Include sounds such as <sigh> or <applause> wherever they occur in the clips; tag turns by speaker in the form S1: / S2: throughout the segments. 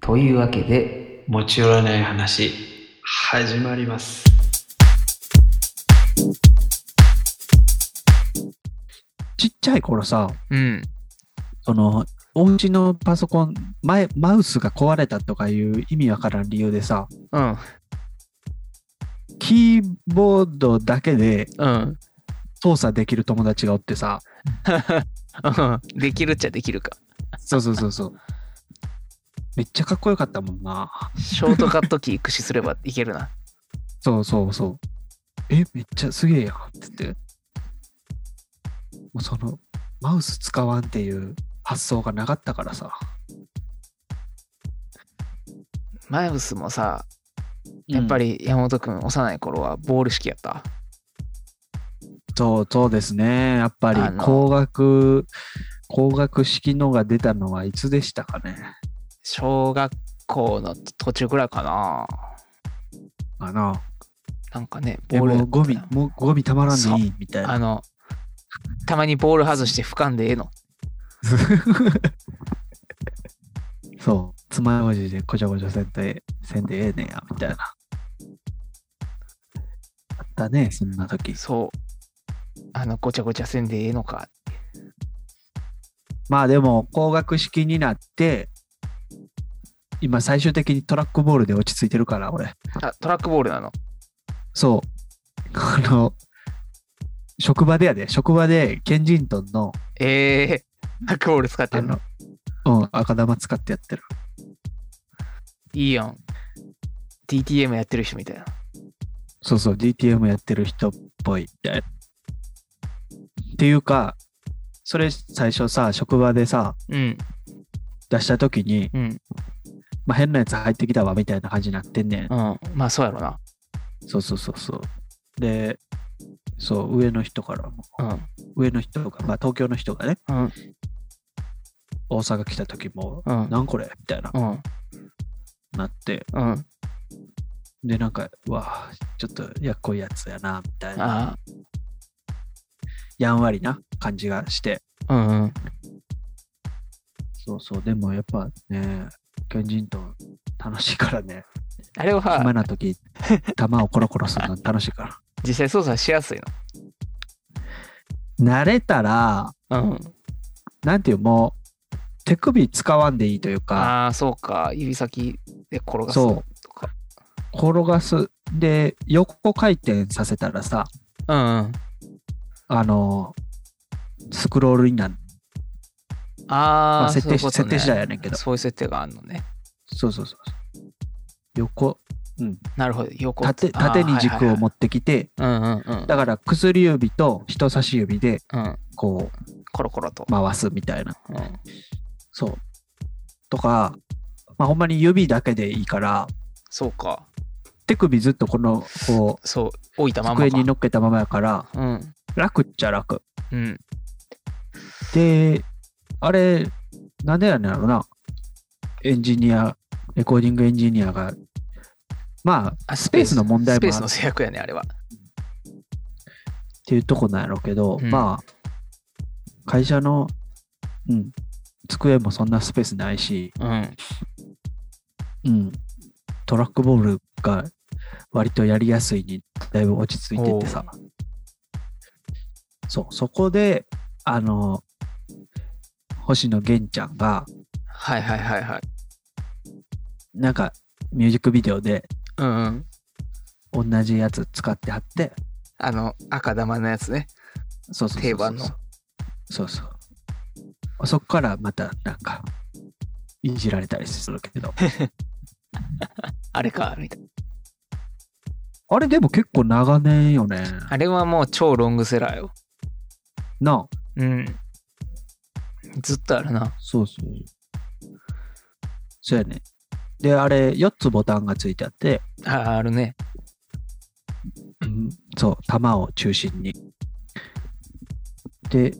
S1: というわけで、
S2: 持ち寄らない話始まります
S3: ちっちゃい頃さ、
S1: うん。
S3: その、お家のパソコン、前、マウスが壊れたとかいう意味わからん理由でさ、
S1: うん。
S3: キーボードだけで
S1: うん。
S3: 操作できる友達がおってさ、
S1: うんできるっちゃできるか。
S3: そうそうそう <laughs> そう。めっちゃかっこよかったもんな。
S1: ショートカットキー駆使すればいけるな。
S3: そうそうそう。え、めっちゃすげえやんっつって。もうその、マウス使わんっていう発想がなかったからさ。
S1: マウスもさ、やっぱ
S3: り。
S1: り山本くん幼い頃はボール式やった。
S3: そうそうですね。やっぱり
S1: あの
S3: 工学、工学式のが出たのはいつでしたかね。
S1: 小学校の途中ぐらいかな。
S3: あの、
S1: なんかね、ボ
S3: え
S1: ールや
S3: も
S1: っ
S3: う
S1: たな
S3: ゴミ、もうゴミたまらんでいいみたい
S1: あ
S3: な。
S1: の、たまにボール外して俯瞰でええの。
S3: <laughs> そう。つまようじでこちょこちょせんで、せんでええねんや、みたいな。あったね、そんな時。
S1: そう。あの、ごちゃごちゃせんでええのか。
S3: まあでも光学式になって今最終的にトラックボールで落ち着いてるから俺
S1: あ、トラックボールなの。
S3: そうあの職場でやで職場でケンジントンの
S1: ええー、トラックボール使って
S3: あ
S1: んの
S3: の。うん赤玉使ってやってる
S1: いいやん。DTM やってる人みたいな。
S3: そうそう DTM やってる人っぽいみたいなっていうかそれ最初さ職場でさ
S1: うん、
S3: 出した時に、
S1: うん、
S3: まあ、変なやつ入ってきたわみたいな感じになってんねん
S1: うん。まあそうやろな。
S3: そうそうそうそうでそう上の人からも
S1: う
S3: 上の人が、まあ、東京の人がね、
S1: ん、うん、
S3: 大阪来た時も、
S1: うん、
S3: なんこれみたいな、
S1: うん、
S3: なって、
S1: うん。
S3: で、なんか、うわあちょっとやっこいやつやな、みたい
S1: あ
S3: な、やんわりな感じがして、
S1: あ、うん、うん。
S3: そうそう、でもやっぱね、ケンジントン楽しいからね、
S1: あれ
S3: 暇
S1: は
S3: な
S1: <laughs>
S3: 時、弾をコロコロするの楽しいから。
S1: 実際操作しやすい
S3: 慣れたら、
S1: の。うん。
S3: なんていう、もう、手首使わんでいいというか、
S1: ああ、そうか。指先で転がす
S3: そ
S1: と
S3: う
S1: か。
S3: 転がす。で、横回転させたらさ、
S1: うん、うん。
S3: あの、スクロールになる。ま
S1: あ
S3: あ、
S1: あ、
S3: 設定し、
S1: そういうこと
S3: 設
S1: ね
S3: 定次第やねんけど。
S1: そういう設定があるのね。
S3: そうそうそうそう。横、うん、
S1: なるほど。横
S3: 縦縦に軸を持
S1: って。
S3: ってきて、
S1: うんうんうん。
S3: だから薬指と人差し指で
S1: うん。
S3: こう
S1: コロコロと。
S3: 回すみたいな。
S1: うん。
S3: そう。とか、まあ、ほんまに指だけでいいから、
S1: そうか。
S3: 手首ずっとこの、こう、
S1: そう。置いたままか。
S3: 机に乗っけたままやから、
S1: うん。
S3: 楽っちゃ楽。
S1: うん。
S3: で、あれ、なんでやねんやろな。エンジニア、レコーディングエンジニアが、まあ、
S1: あ
S3: スペースの問題
S1: スペ
S3: も
S1: ー
S3: あ
S1: ス
S3: っ
S1: の制約やね、あれは。
S3: っていうとこなんやろうけど、
S1: うん
S3: まあ会社の、うん、机もそんなスペースないし、
S1: うん。
S3: うん、トラックボールが割とやりやすいにだいぶ落ち着いててさそうそこであの星野源ちゃんが
S1: はいはいはいはい。
S3: なんかミュージックビデオで
S1: うんうん。
S3: 同じやつ使ってはって
S1: あの、赤玉のやつね。
S3: そうそうそうそう
S1: 定番の
S3: そうそうそこからまたなんかいじられたりするけど
S1: あれか、みたいな。
S3: あれでも結構長年よね。
S1: あれはもう超ロングセラーよ。
S3: なあ。
S1: うん。ずっとあるな。
S3: そうそう。そうやね。で、あれ、4つボタンがついてあって、
S1: あ、あるね。
S3: そう、弾を中心に。で、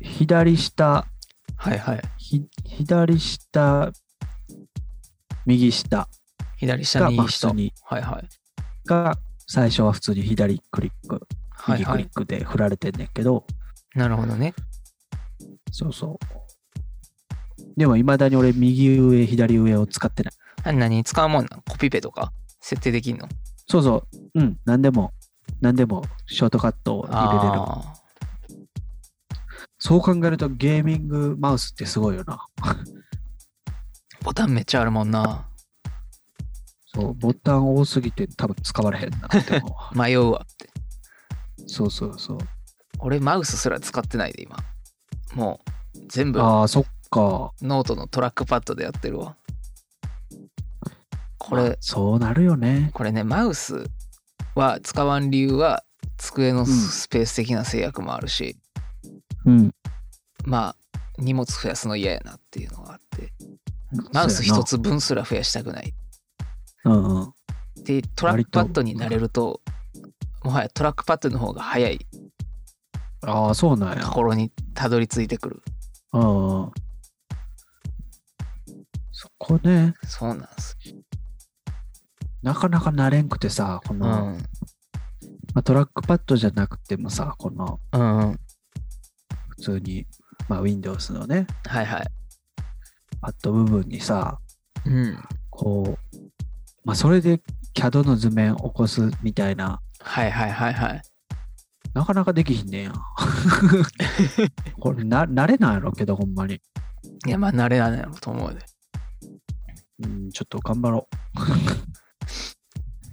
S3: 左下、
S1: はいはい。
S3: ひ左下、右下
S1: 左下
S3: が、
S1: に
S3: まあ、普
S1: 人。
S3: 通に、
S1: はいはい。
S3: が、最初は普通に左クリック、
S1: はい
S3: 右ク
S1: は
S3: リッ
S1: い。
S3: クで振られてんねんけど、
S1: なるほどね。
S3: そうそう。でも、いまだに俺、右上、左上を使ってない。
S1: あ何使うもんなんコピペとか設定できんの
S3: そうそう。うん。何でも、何でも、ショートカットを入れれる。
S1: あ
S3: そう考えると、ゲーミングマウスってすごいよな。
S1: ーボタンめっちゃあるもんな。
S3: そう、ボタン多すぎて多分使われへんなって思う
S1: <laughs>
S3: わ
S1: 迷うわって。
S3: そうそうそう。
S1: 俺マウスすら使ってないで今。もう全部
S3: ああ、そっか。
S1: ノートのトラックパッドでやってるわ。これ、
S3: そうなるよね。
S1: これね、マウスは使わん理由は机のスペース的な制約もあるし、
S3: うん。
S1: まあ荷物増やすの嫌やなっていうのがあって、マウス一つ分すら増やしたくない。
S3: そうやな。うんうん。
S1: で、トラックパッドになれると、もはやトラックパッドの方が早い
S3: ああ、そうなん
S1: と
S3: や。
S1: ころにたどり着いてくる。
S3: うんうん。そこね、
S1: そうなんです。
S3: なかなか慣れんくてさ、こ
S1: う
S3: の、ま
S1: ん。
S3: あ、トラックパッドじゃなくてもさ、この、
S1: うんうん。
S3: 普通に、まあ、Windows のね、
S1: はいはい。
S3: パッド部分にさ、
S1: うん。
S3: こう、まあ、それで CAD の図面起こすみたいな、
S1: はいはいはいはい。
S3: なかなかできひんねん <laughs> や。これな、慣れないやろうけど、ほんまに。
S1: いや、まあ慣れないやろと思うで。
S3: うん、ちょっと頑張ろ <laughs>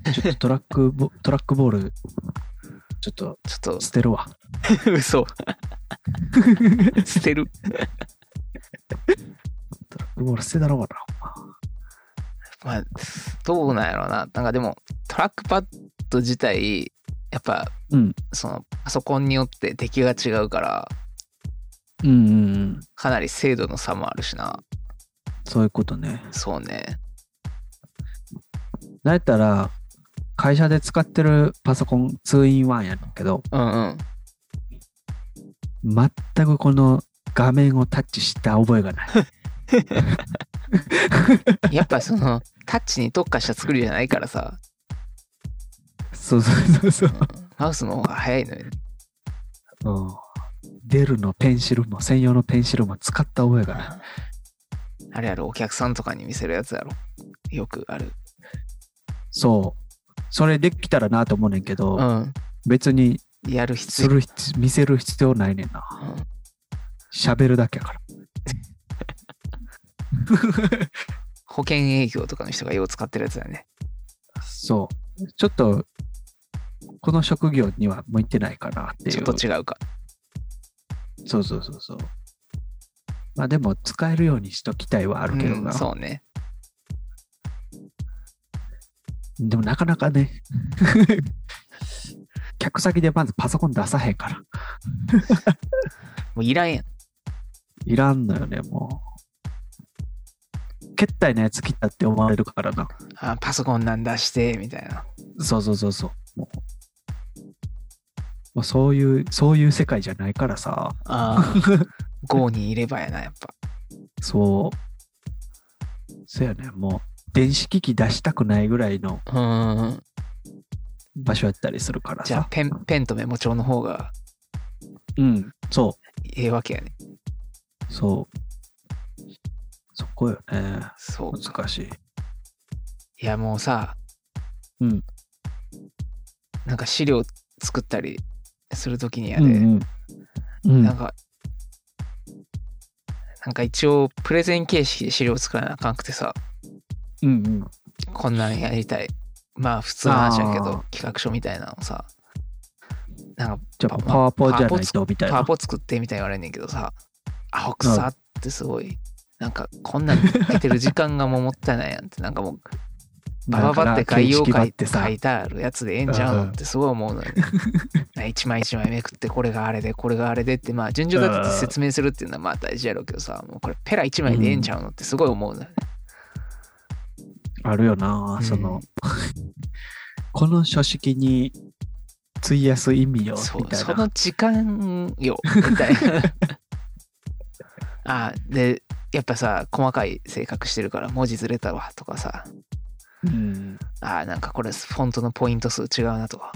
S3: う。ちょっとトラックボ、トラックボール、ちょっと
S1: ちょっ
S3: 捨てるわ。
S1: と、 <laughs> 嘘。捨てる。
S3: トラックボール捨てだろうかな。
S1: まあ、どうなんやろうな。なんかでも、トラックパッド自体、やっぱ、
S3: うん
S1: そのパソコンによって出来が違うから、
S3: うんうんうん。
S1: かなり精度の差もあるしな。
S3: そういうことね。
S1: そうね。
S3: なんやったら、会社で使ってるパソコン 2in1 やねんけど、
S1: うんうん。
S3: 全くこの画面をタッチした覚えが <laughs> ない。
S1: やっぱそ
S3: <laughs>
S1: の、タッチに特化した作りじゃないからさ、
S3: そうそうそうそう。
S1: マウスの方が早いのよね。
S3: うん。デルのペンシルも、専用のペンシルも使った覚えがない。
S1: あれやろ、お客さんとかに見せるやつやろ。よくある。
S3: そう。それできたらなと思うねんけど、
S1: うん。
S3: 別に
S1: やる必
S3: す
S1: 要。
S3: る必見せる必要ないねんな。
S1: うん
S3: 喋るだけ
S1: <laughs>
S3: やから。
S1: 保険営業とかの人がよう使ってるやつだね。
S3: そう。ちょっと、この職業には向いてないかなっていう。
S1: ちょっと違うか。
S3: そうそうそうそう。まあでも、使えるようにしときたいはあるけど
S1: うん
S3: な。
S1: そうね。
S3: でもなかな
S1: <laughs>
S3: かね、客先でまずパソコン出さへんから。
S1: もういらんやん。
S3: いらんのよね、もう。決済のやつ切ったって思われるからな。
S1: あパソコンなんだして、みたいな。
S3: そうそうそうそう。もうもうそういう、そういう世界じゃないからさ、
S1: ああ。5にい <laughs> ればやな、やっぱ。
S3: そう。そやね、もう、電子機器出したくないぐらいの
S1: うん。
S3: 場所やったりするから
S1: じゃあ
S3: さ。
S1: ペン、ペンとメモ帳の方が
S3: うん、そう。
S1: ええわけやね。
S3: そう。そこよね。
S1: そうか。
S3: 難しい。
S1: いや、もうさ、
S3: うん。
S1: なんか資料作ったりするときにや
S3: う
S1: で、
S3: ん、うん。う
S1: なん
S3: ん。
S1: か、なんか一応プレゼン形式で資料作らなあかんくてさ、
S3: うんうん。
S1: こんなんやりたい。まあ普通の話やけ
S3: あ
S1: ど、企画書みたいなのさ、なんか
S3: じゃあ、パワーポじゃないと、みたい
S1: パワ
S3: な。
S1: ポ作ってみたいに言われんねんけどさ、アホくさってすごい、なんかこんなん出てる時間がもうもったいないやんって、なんかもう
S3: <laughs>
S1: バババって概要
S3: だか
S1: 書
S3: ら形式版
S1: い
S3: ってさ
S1: 書いてあるやつでええんちゃうのってすごい思うのよね。な <laughs> 一枚一枚めくってこれがあれでこれがあれでってまあ順序立てて説明するっていうのはまあ大事やろうけどさもうこれペラ一枚でええんちゃうのってすごい思うのよね。
S3: あるよな、
S1: うん
S3: その、 <laughs> この書式に費やす意味を
S1: そ
S3: み
S1: う
S3: たい
S1: そ
S3: な。
S1: の時間よみたいな。 <laughs> あでやっぱさ細かい性格してるから文字ずれたわとかさ
S3: うん、
S1: あーなんかこれフォントのポイント数違うなとか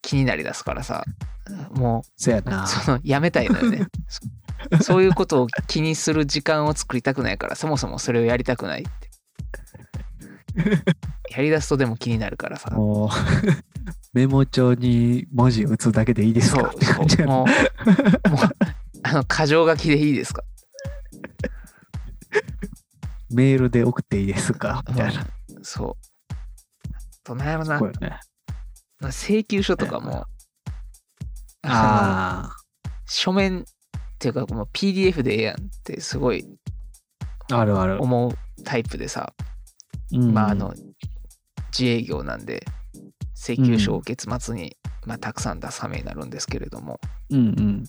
S1: 気になりだすからさも
S3: そや
S1: う
S3: な。 <laughs>
S1: そのやめたいのよねそそういうことを気にする時間を作りたくないから、そもそもそれをやりたくないって。やりだすとでも気になるからさ。
S3: もう <laughs> メモ帳に文字打つだけでいいです
S1: そ
S3: か
S1: う
S3: って感 <laughs> じ
S1: そう。
S3: やな
S1: もう、もう、あの、過剰書きでいいですか
S3: メールで送っていいですかみたいな。
S1: うんそう。あと、なんやろな
S3: こ、れね。
S1: まあ請求書とかも、あの
S3: あ
S1: 書面っていうか、もう PDF でええやんってすごい
S3: あ、あるある。
S1: 思うタイプでさ、
S3: うん
S1: まあ、あの、自営業なんで、請求書を月末に、まあ、たくさん出すはめになるんですけれども、
S3: うんうん。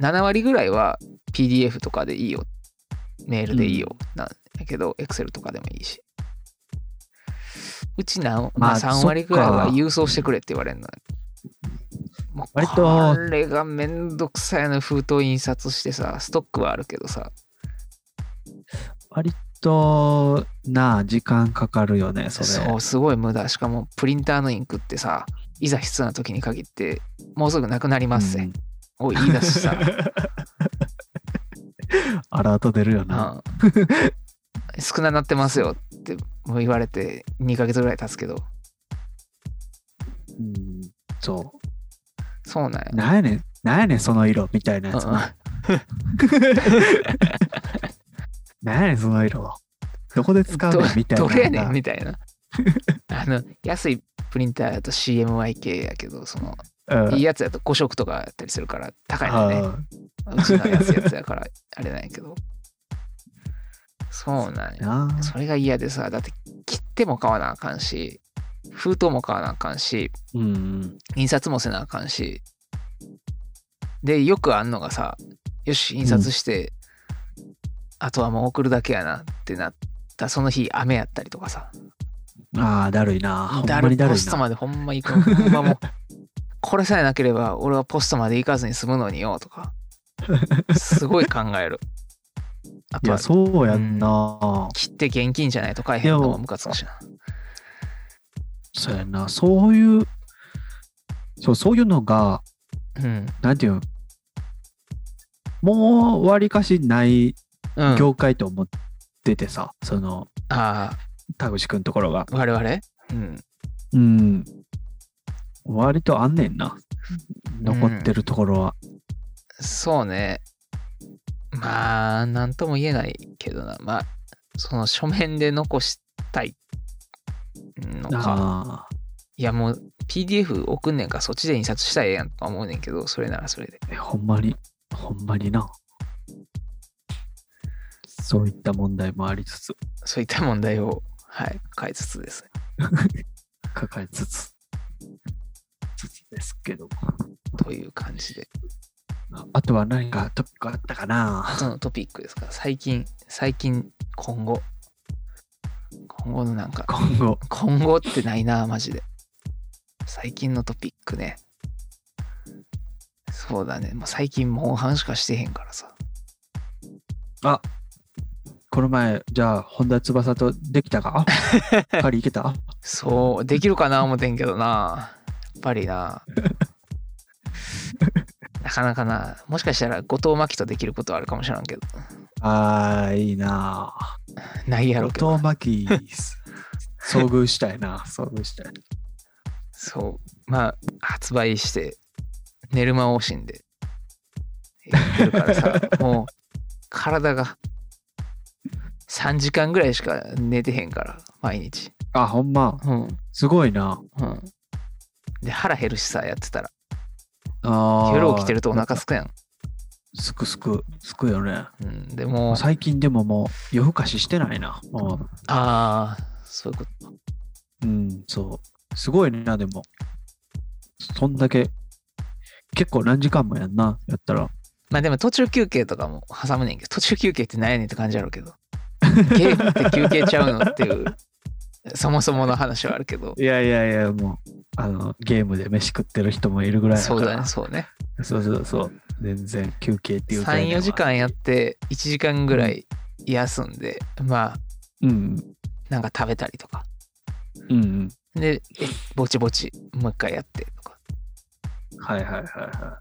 S1: 7割ぐらいは PDF とかでいいよ、メールでいいよ、なんだけど、Excel とかでもいいし。うちな、ま
S3: ま
S1: あ、
S3: あ
S1: 3割ぐらいは
S3: そっか
S1: 郵送してくれって言われるのよ。もう
S3: 割と
S1: これがめんどくさいの封筒印刷してさ、ストックはあるけどさ、
S3: 割となあ時間かかるよねそれ
S1: そう、すごい無駄。しかも、プリンターのインクってさ、いざ必要な時に限って、もうすぐなくなりますぜ、
S3: うん
S1: を言い出 <laughs> すしさ、
S3: <laughs> アラート出るよ
S1: うん、
S3: な、
S1: <laughs> 少ななってますよってもう言われて2ヶ月ぐらい経つけど
S3: うん、そ
S1: そうなんや
S3: うなんやねんなんやねんその色みたいなやつな、なんやねんその色どこで使う
S1: ど
S3: のみたいな
S1: どれやねんみたいな <laughs> あの安いプリンターだと CMYK やけどその
S3: うん
S1: いいやつやと5色とかやったりするから高いのね
S3: あ
S1: うちの安いやつやからあれなんやけどそうなん
S3: あ
S1: や
S3: なあ
S1: それが嫌でさだって切っても買わなあかんし封筒も買わなあかんし
S3: うん
S1: 印刷もせなあかんしでよくあんのがさよし印刷して、あとはもう送るだけやなってなったその日雨やったりとかさ
S3: ああだるいなほん
S1: だ
S3: ま
S1: る
S3: にだる
S1: ポ
S3: い
S1: スト
S3: な
S1: までほんま行くのほんまもう <laughs> これさえなければ俺はポストまで行かずに済むのによとかすごい考えるあ
S3: い
S1: とは
S3: やそうやんな、
S1: 切って現金じゃないと買えへんのもムカつくしな
S3: そうやんなそういうそうそういうのが
S1: うん
S3: なんていうのもうわりかしない
S1: うん
S3: 業界と思っててさ、その
S1: ああ
S3: 田口くんところが
S1: 我々うん
S3: うん割とあんねんな残ってるところは、
S1: そうね。まあ、なんとも言えないけどな。まあ、その書面で残したいのか。
S3: ああ
S1: いや、もう PDF 送んねんから、そっちで印刷したらええやんとか思うねんけど、それならそれで。
S3: えほんまにほんまになそういった問題もありつつ
S1: そういった問題を、はい、解いつつですね。
S3: 抱えつつつつですけど
S1: という感じで。
S3: あとは何かトピックあったかな
S1: そのトピックですから、最近、最近、今後。今後のなんか、
S3: 今後
S1: 今後ってないな、マジで。最近のトピックね。そうだね。もう最近、モンハンしかしてへんからさ。
S3: この前じゃあ本田翼とできたか
S1: <laughs>
S3: あパリ行けた
S1: そう、できるかな思ってんけどな。やっぱりな。なかなかな。もしかしたら、後藤真希とできることはあるかもしれんけど。
S3: ああいいなあ
S1: ないやろうけど。
S3: 後藤真希遭遇したいな遭遇したい
S1: そう。まあ、発売して、寝る間を惜しんで、やってるから
S3: <laughs>
S1: さ、もう、体が、3時間ぐらいしか寝てへんから、毎日。
S3: あほんま
S1: うん。
S3: すごいな
S1: うん。で、腹減るしさ、やってたら。
S3: あー
S1: 夜起きてるとお腹すくやん。
S3: すくすくすくよね
S1: うん。でもう、
S3: 最近でももう夜更かししてないなも
S1: ああ、そういうこと。
S3: ううんそうすごいなでもそんだけ結構何時間もやんなやったら
S1: まあでも途中休憩とかも挟むねんけど、途中休憩って何やねんって感じやろうけど。ゲームって休憩ちゃうのっていう、そもそもの話はあるけ
S3: <laughs>
S1: ど。
S3: いやいやいやもうあのゲームで飯食ってる人もいるぐらい
S1: そうだね、
S3: そ
S1: そうね。
S3: うそうそう全然休憩っていう概念
S1: 34
S3: は
S1: 時間やって1時間ぐらい休んで、まあ
S3: うん
S1: なんか食べたりとか
S3: うんうん
S1: でえぼちぼちもう一回やってとか
S3: はいはいはいは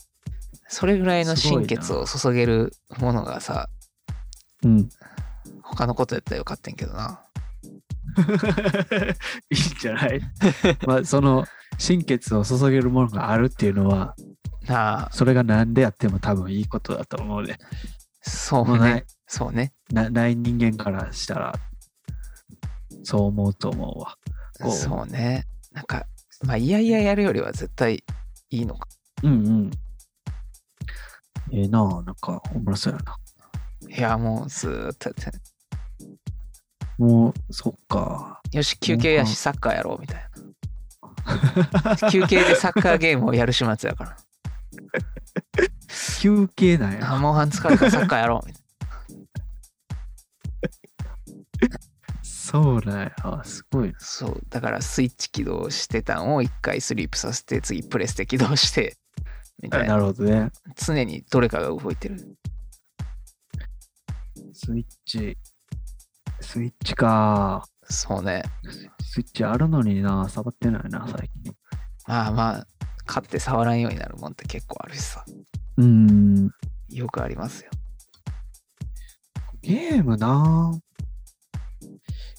S1: それぐらいの
S3: すごい
S1: 心
S3: な
S1: 血を注げるものがさ <laughs>
S3: うん。
S1: 他のことやったらよかったんやけどない
S3: いんじゃないまあその心血を注げるものがあるっていうのは
S1: なあ
S3: それが何であっても多分いいことだと思うで、
S1: そ
S3: もう
S1: う
S3: な
S1: ね
S3: い
S1: そうね
S3: なない人間からしたらそう思うと思うわこう
S1: そうねなんかまあいやいややるよりは絶対いいのか
S3: うんうんええなあなんかおもろそうやない
S1: やもうずーっとやって
S3: もうそっか
S1: よし休憩や
S3: うん
S1: しサッカーやろうみたい
S3: <laughs>
S1: な休憩でサッカーゲームをやる始末やから
S3: 休憩なん <laughs>
S1: あ
S3: や
S1: モンハン疲れたらサッカーやろうみたい
S3: そうなんやすごい
S1: なそうだからスイッチ起動してたんを一回スリープさせて次プレステ起動して <laughs> みたいな
S3: なるほどね
S1: 常にどれかが動いてる
S3: スイッチスイッチか
S1: そうね
S3: スイッチあるのにな触ってないな最近
S1: まあまあ買って触らんようになるもんって結構あるしさ
S3: うーん。
S1: よくありますよ
S3: ゲームなぁ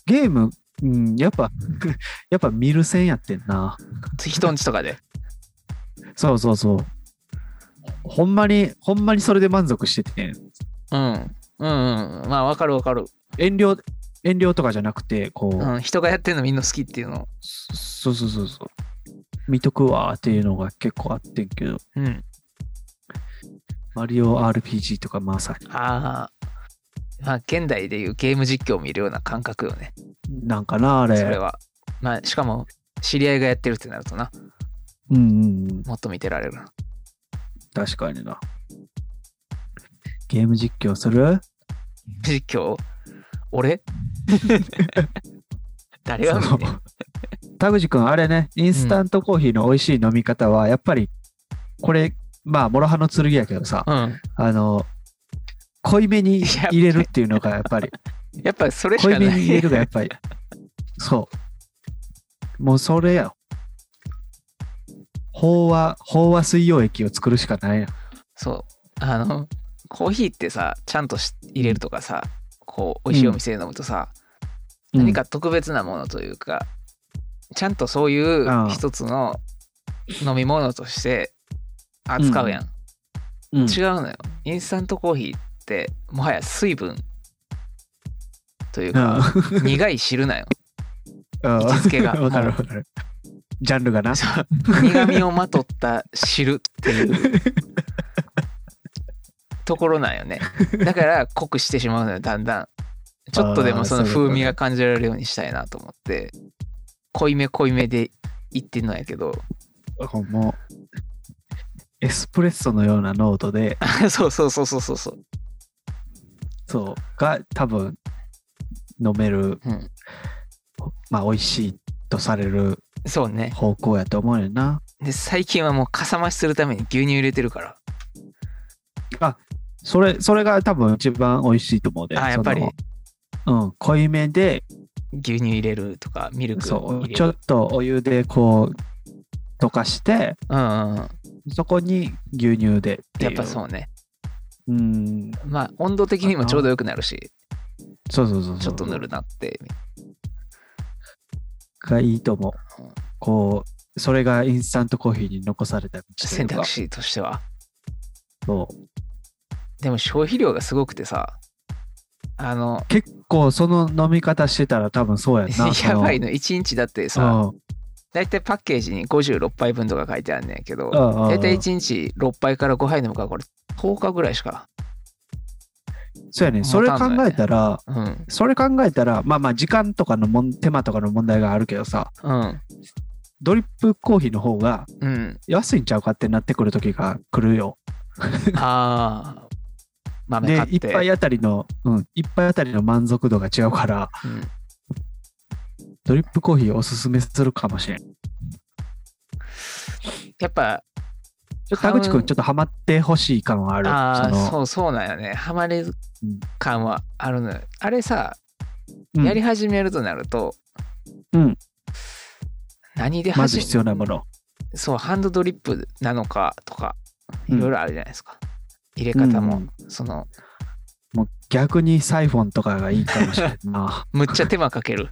S3: ゲーム、うん、やっぱ、 <laughs> やっぱ見る線やってんな。
S1: 人んちとかで
S3: そうそうそう。ほんまに、ほんまにそれで満足してて、
S1: うんうんうんまあわかるわかる、
S3: 遠慮、遠慮とかじゃなくて、こう、
S1: うん、人がやってるのみんな好きっていうの
S3: そそうそうそうそう。見とくわーっていうのが結構あってんけど、
S1: うん
S3: マリオ RPG とかまさに、
S1: ああまあ現代でいうゲーム実況を見るような感覚よね
S3: なんかな、あれ。
S1: それはまあしかも知り合いがやってるってなるとな
S3: うんうんうん、
S1: もっと見てられるな
S3: 確かにな。ゲーム実況する
S1: 実況俺 <laughs> 誰が
S3: そ
S1: 見 <laughs>
S3: う
S1: てん
S3: 田口君あれねインスタントコーヒーの美味しい飲み方はやっぱりこれまあ諸刃の剣やけどさ
S1: うん
S3: あの濃いめに入れるっていうのがやっ
S1: <laughs>
S3: ぱり
S1: やっぱそれし
S3: 濃い
S1: か
S3: め
S1: な
S3: に入れ
S1: い
S3: るがやっぱりそうもうそれや飽和飽和水溶液を作るしかないやん
S1: <laughs> そうあのコーヒーってさちゃんとし入れるとかさこう美味しいお店で飲むとさ、何か特別なものというかちゃんとそういう一つの飲み物として扱うやん、
S3: うん、
S1: 違
S3: うん
S1: うのよインスタントコーヒーってもはや水分というか、 <laughs> 苦い汁なんよ
S3: うん
S1: 位置付けが
S3: <laughs> わかるわかるジャンルがな
S1: そう苦味をまとった汁って
S3: <laughs>
S1: いうところなんよねだから濃くしてしまうのよだんだんちょっとでもその
S3: あーそういうこと
S1: 風味が感じられるようにしたいなと思って濃いめ濃いめでいってんのやけど <laughs>
S3: もうエスプレッソのような濃度で
S1: そうそうそうそうそうそう
S3: そうが多分飲める、
S1: うん
S3: まあ美味しいとされる
S1: そうね
S3: 方向やと思うねんな
S1: で最近はもうかさ増しするために牛乳入れてるから
S3: それそれが多分一番美味しいと思うで
S1: あやっぱり
S3: そのうん濃いめで
S1: 牛乳入れるとかミルク
S3: そ
S1: 入
S3: う
S1: れる
S3: ちょっとお湯でこう溶かして
S1: うんうんうん
S3: そこに牛乳でってい
S1: や
S3: う
S1: っぱそううね
S3: うん
S1: まあ温度的にもちょうどよくなるし
S3: そうそうそうそう
S1: ちょっとぬるなって
S3: がいいと思う
S1: うん
S3: こうそれがインスタントコーヒーに残された道とい
S1: 選
S3: うか
S1: 択肢としては
S3: そう
S1: でも消費量がすごくてさあの
S3: 結構その飲み方してたら多分そうやんな
S1: <laughs> やばい
S3: ね
S1: の1日だって
S3: う
S1: さ
S3: ん
S1: 大体パッケージに56杯分とか書いてあんねんけど
S3: 大
S1: 大体1日6杯から5杯飲むからこれ10日ぐらいしか
S3: そうやね。
S1: 持
S3: それ考
S1: たんのや
S3: えたら、
S1: うん
S3: それ考えたら、まあまあ時間とかのもん手間とかの問題があるけどさ、
S1: うん
S3: ドリップコーヒーの方が
S1: うん
S3: 安いんちゃうかってなってくる時が来るよ。
S1: ああ <laughs> 豆
S3: で
S1: 買、っ
S3: 一
S1: て
S3: 杯あたりの、うん、一杯あたりの満足度が違うから、
S1: うん
S3: ドリップコーヒーおすすめするかもしれん。ちょ
S1: やっぱ
S3: っと田口く
S1: 買
S3: ん、
S1: う
S3: ちょっとハマってほしい感はある。
S1: ああ
S3: の
S1: そうそうなんよねハマれる感はあるのよあれさ
S3: うん
S1: やり始めるとなると、
S3: うん
S1: 何で
S3: ま
S1: 始
S3: ず
S1: め
S3: 必要なもの。
S1: そうハンドドリップなのかとか
S3: うん
S1: いろいろあるじゃないですか。入れ方も、その、
S3: もう逆にサイフォンとかがいいかもしれない
S1: <laughs>
S3: な。
S1: むっちゃ手間かける。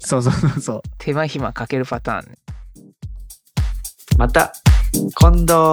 S3: そうそうそうそう。
S1: 手間暇かけるパターンね
S2: また今度